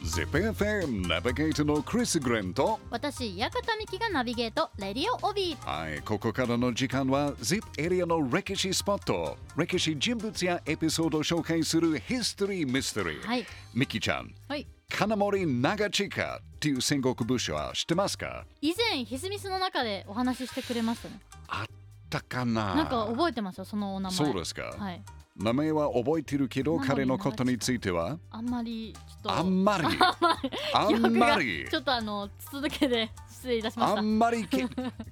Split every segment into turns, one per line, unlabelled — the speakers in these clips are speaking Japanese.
ZIPFM ナビゲートのクリス・グレンと
私館美希がナビゲートレディオオビー
はいここからの時間は ZIP エリアの歴史スポット歴史人物やエピソードを紹介するヒストリー・ミステリー、
はい
ミキちゃん
はい
金森長地下っていう戦国武将は知ってますか
以前ひすみすの中でお話ししてくれましたね
あったかな
なんか覚えてますよそのお名前
そうですか、
はい
名前は覚えてるけど
金森
彼のことについては
あんまりちょっと
あんまり
あんまり
あ
記
ん
憶
ま
が
り
ちょっとあの続けて失礼いたしまし
あ
た
んまりき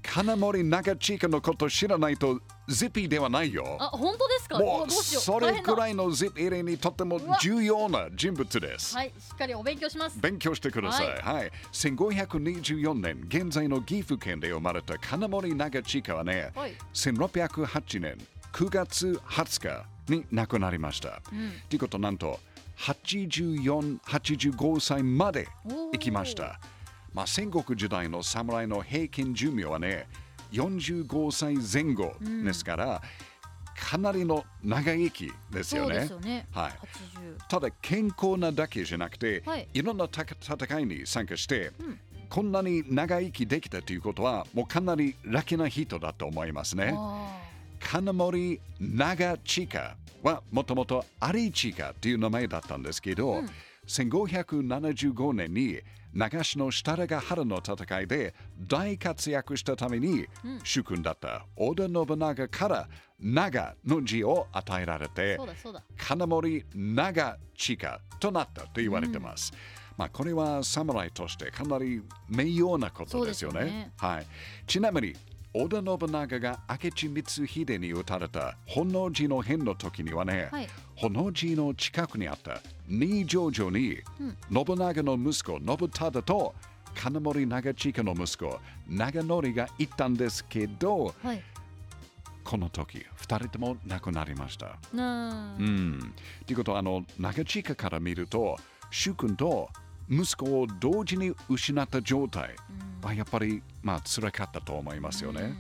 金森長地下のこと知らないと ZIP ではないよ
あ本当ですか
も
お
う
どうしよう
そ
大
れ
変
く
だ
らいの ZIP エリアにとても重要な人物です。
はいしっかりお勉強します
勉強してください。は、
はい
1524年、現在の岐阜県で生まれた金森長千佳はね、
はい
1608年9月20日に亡くなりました。と、
ん
いうことなんと、84、85歳まで
おー
生きました。まあ、戦国時代の侍の平均寿命はね、45歳前後ですから、かなりの長生きです
そ
よ
う
ね。
ですよね
はい
80
ただ健康なだけじゃなくて、
はいい、
ろんなた戦いに参加して、こんなに長生きできたということはもうかなりラッキーな人だと思いますね。
あ
金森長地下はもともとアリチカという名前だったんですけど、1575年に長篠の設楽原の戦いで大活躍したために、主君だった織田信長から長の字を与えられ
ー
て
そうだそうだ
金森長地下となったと言われてます。まあこれは侍としてかなり名誉なことですよね。
そうですよね
はい。ちなみに織田信長が明智光秀に討たれた本能寺の変の時にはね、
はい
本能寺の近くにあった二条城に、信長の息子信忠と金森長地家の息子長則が行ったんですけど
はい
この時二人とも亡くなりました。
な
う
ー
ん。ということは、あの、長地下から見ると、主君と息子を同時に失った状態はやっぱり、まあ、辛かったと思いますよね。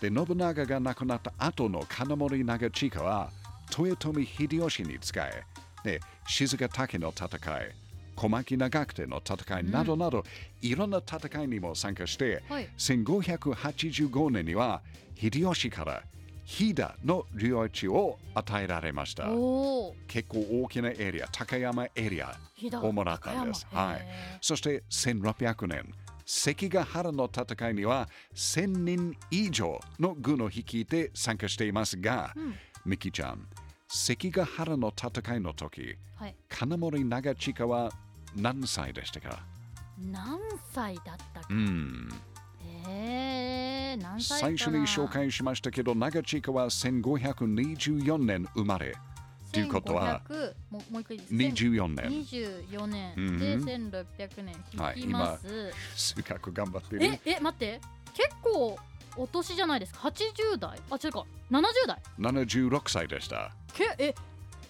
で、信長が亡くなった後の金森長地下は、豊臣秀吉に仕え、で、静ヶ岳の戦い、小牧長久手の戦いなどなど、いろんな戦いにも参加して、
はい
1585年には秀吉から飛騨の領地を与えられました。
おお
結構大きなエリア、高山エリア
飛騨
をもらったんです。
高山
は
へ
い
え、
そして1600年、関ヶ原の戦いには1000人以上の軍を率いて参加していますが、ミキちゃん、関ヶ原の戦いの時、
はい
金森長親は何歳でしたか、
何歳だったか
うん、
えー、何歳か
最
な
初に紹介しましたけど、長親は1524年生まれ、ていうことは
1500もうもう一回いいです
24年。
24年
うん
で1600年
はい
引きます、
数学頑張ってる。
ええ待って結構お年じゃないですか80代あ違うか70代
76歳でした。
けえ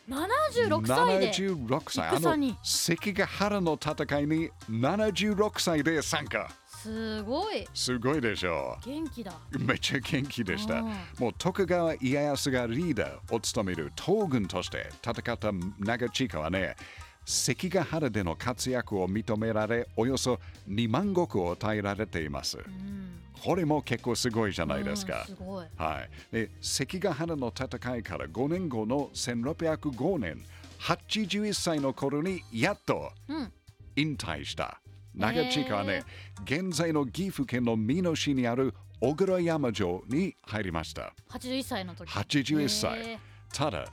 76歳で
76歳あ
戦
の
に
関ヶ原の戦いに76歳で参加
すごい
すごいでしょ
元気だ
うめっちゃ元気でした
うん
もう徳川家康がリーダーを務める東軍として戦った長地下はね関ヶ原での活躍を認められおよそ2万石を与えられています
うん
これも結構すごいじゃないですか、
うんすごい
はい、で関ヶ原の戦いから5年後の1605年81歳の頃にやっと
うん
引退した長地区はね、現在の岐阜県の美濃市にある小倉山城に入りました
81歳の時
81歳、
へ
ただ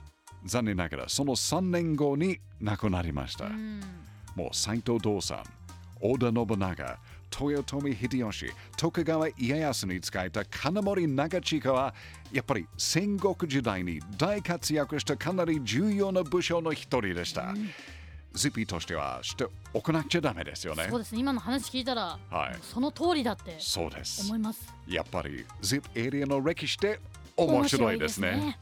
残念ながらその3年後に亡くなりました、
ーうん
もう斎藤道さん、織田信長、豊臣秀吉、徳川家康に仕えた金森長親は、やっぱり戦国時代に大活躍したかなり重要な武将の一人でした。ズピとしてはしておかなくちゃダメですよね
そ。うですね今の話聞いたら、
はい
その通りだって
そうです
思。います
やっぱり ZIP エリアの歴史って面白いですね。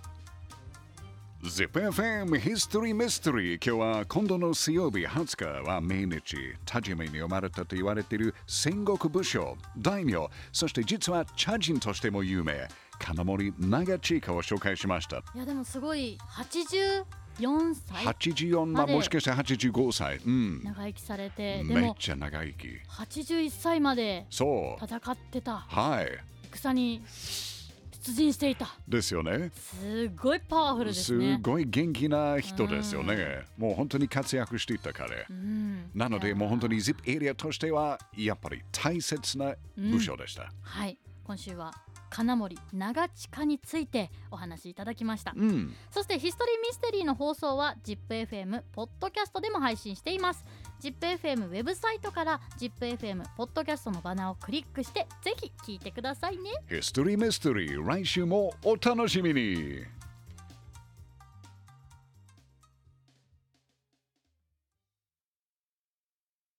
ZIPFM History Mystery 今日は今度の水曜日20日は命日多治見に生まれたと言われている戦国武将大名そして実は茶人としても有名金森長千佳を紹介しました
いやでもすごい84歳
84まあ
まで
もしかしたら85歳うん
長生きされてで
めっ
も
ちゃ長生き
81歳まで
そう
戦ってた
はい
戦に出陣していた
ですよね
すごいパワフルです
す
ね
ごい元気な人ですよねもう本当に活躍していた彼
うん
なの
い
で
や
もう本当に ZIP エリアとしてはやっぱり大切な武将でした、
はい今週は金森長近についてお話しいただきました、
うん、
そしてヒストリーミステリーの放送は ZIPFM ポッドキャストでも配信しています ZIPFM ウェブサイトから ZIPFM ポッドキャストのバナーをクリックしてぜひ聞いてくださいね
ヒストリーミステリー来週もお楽しみに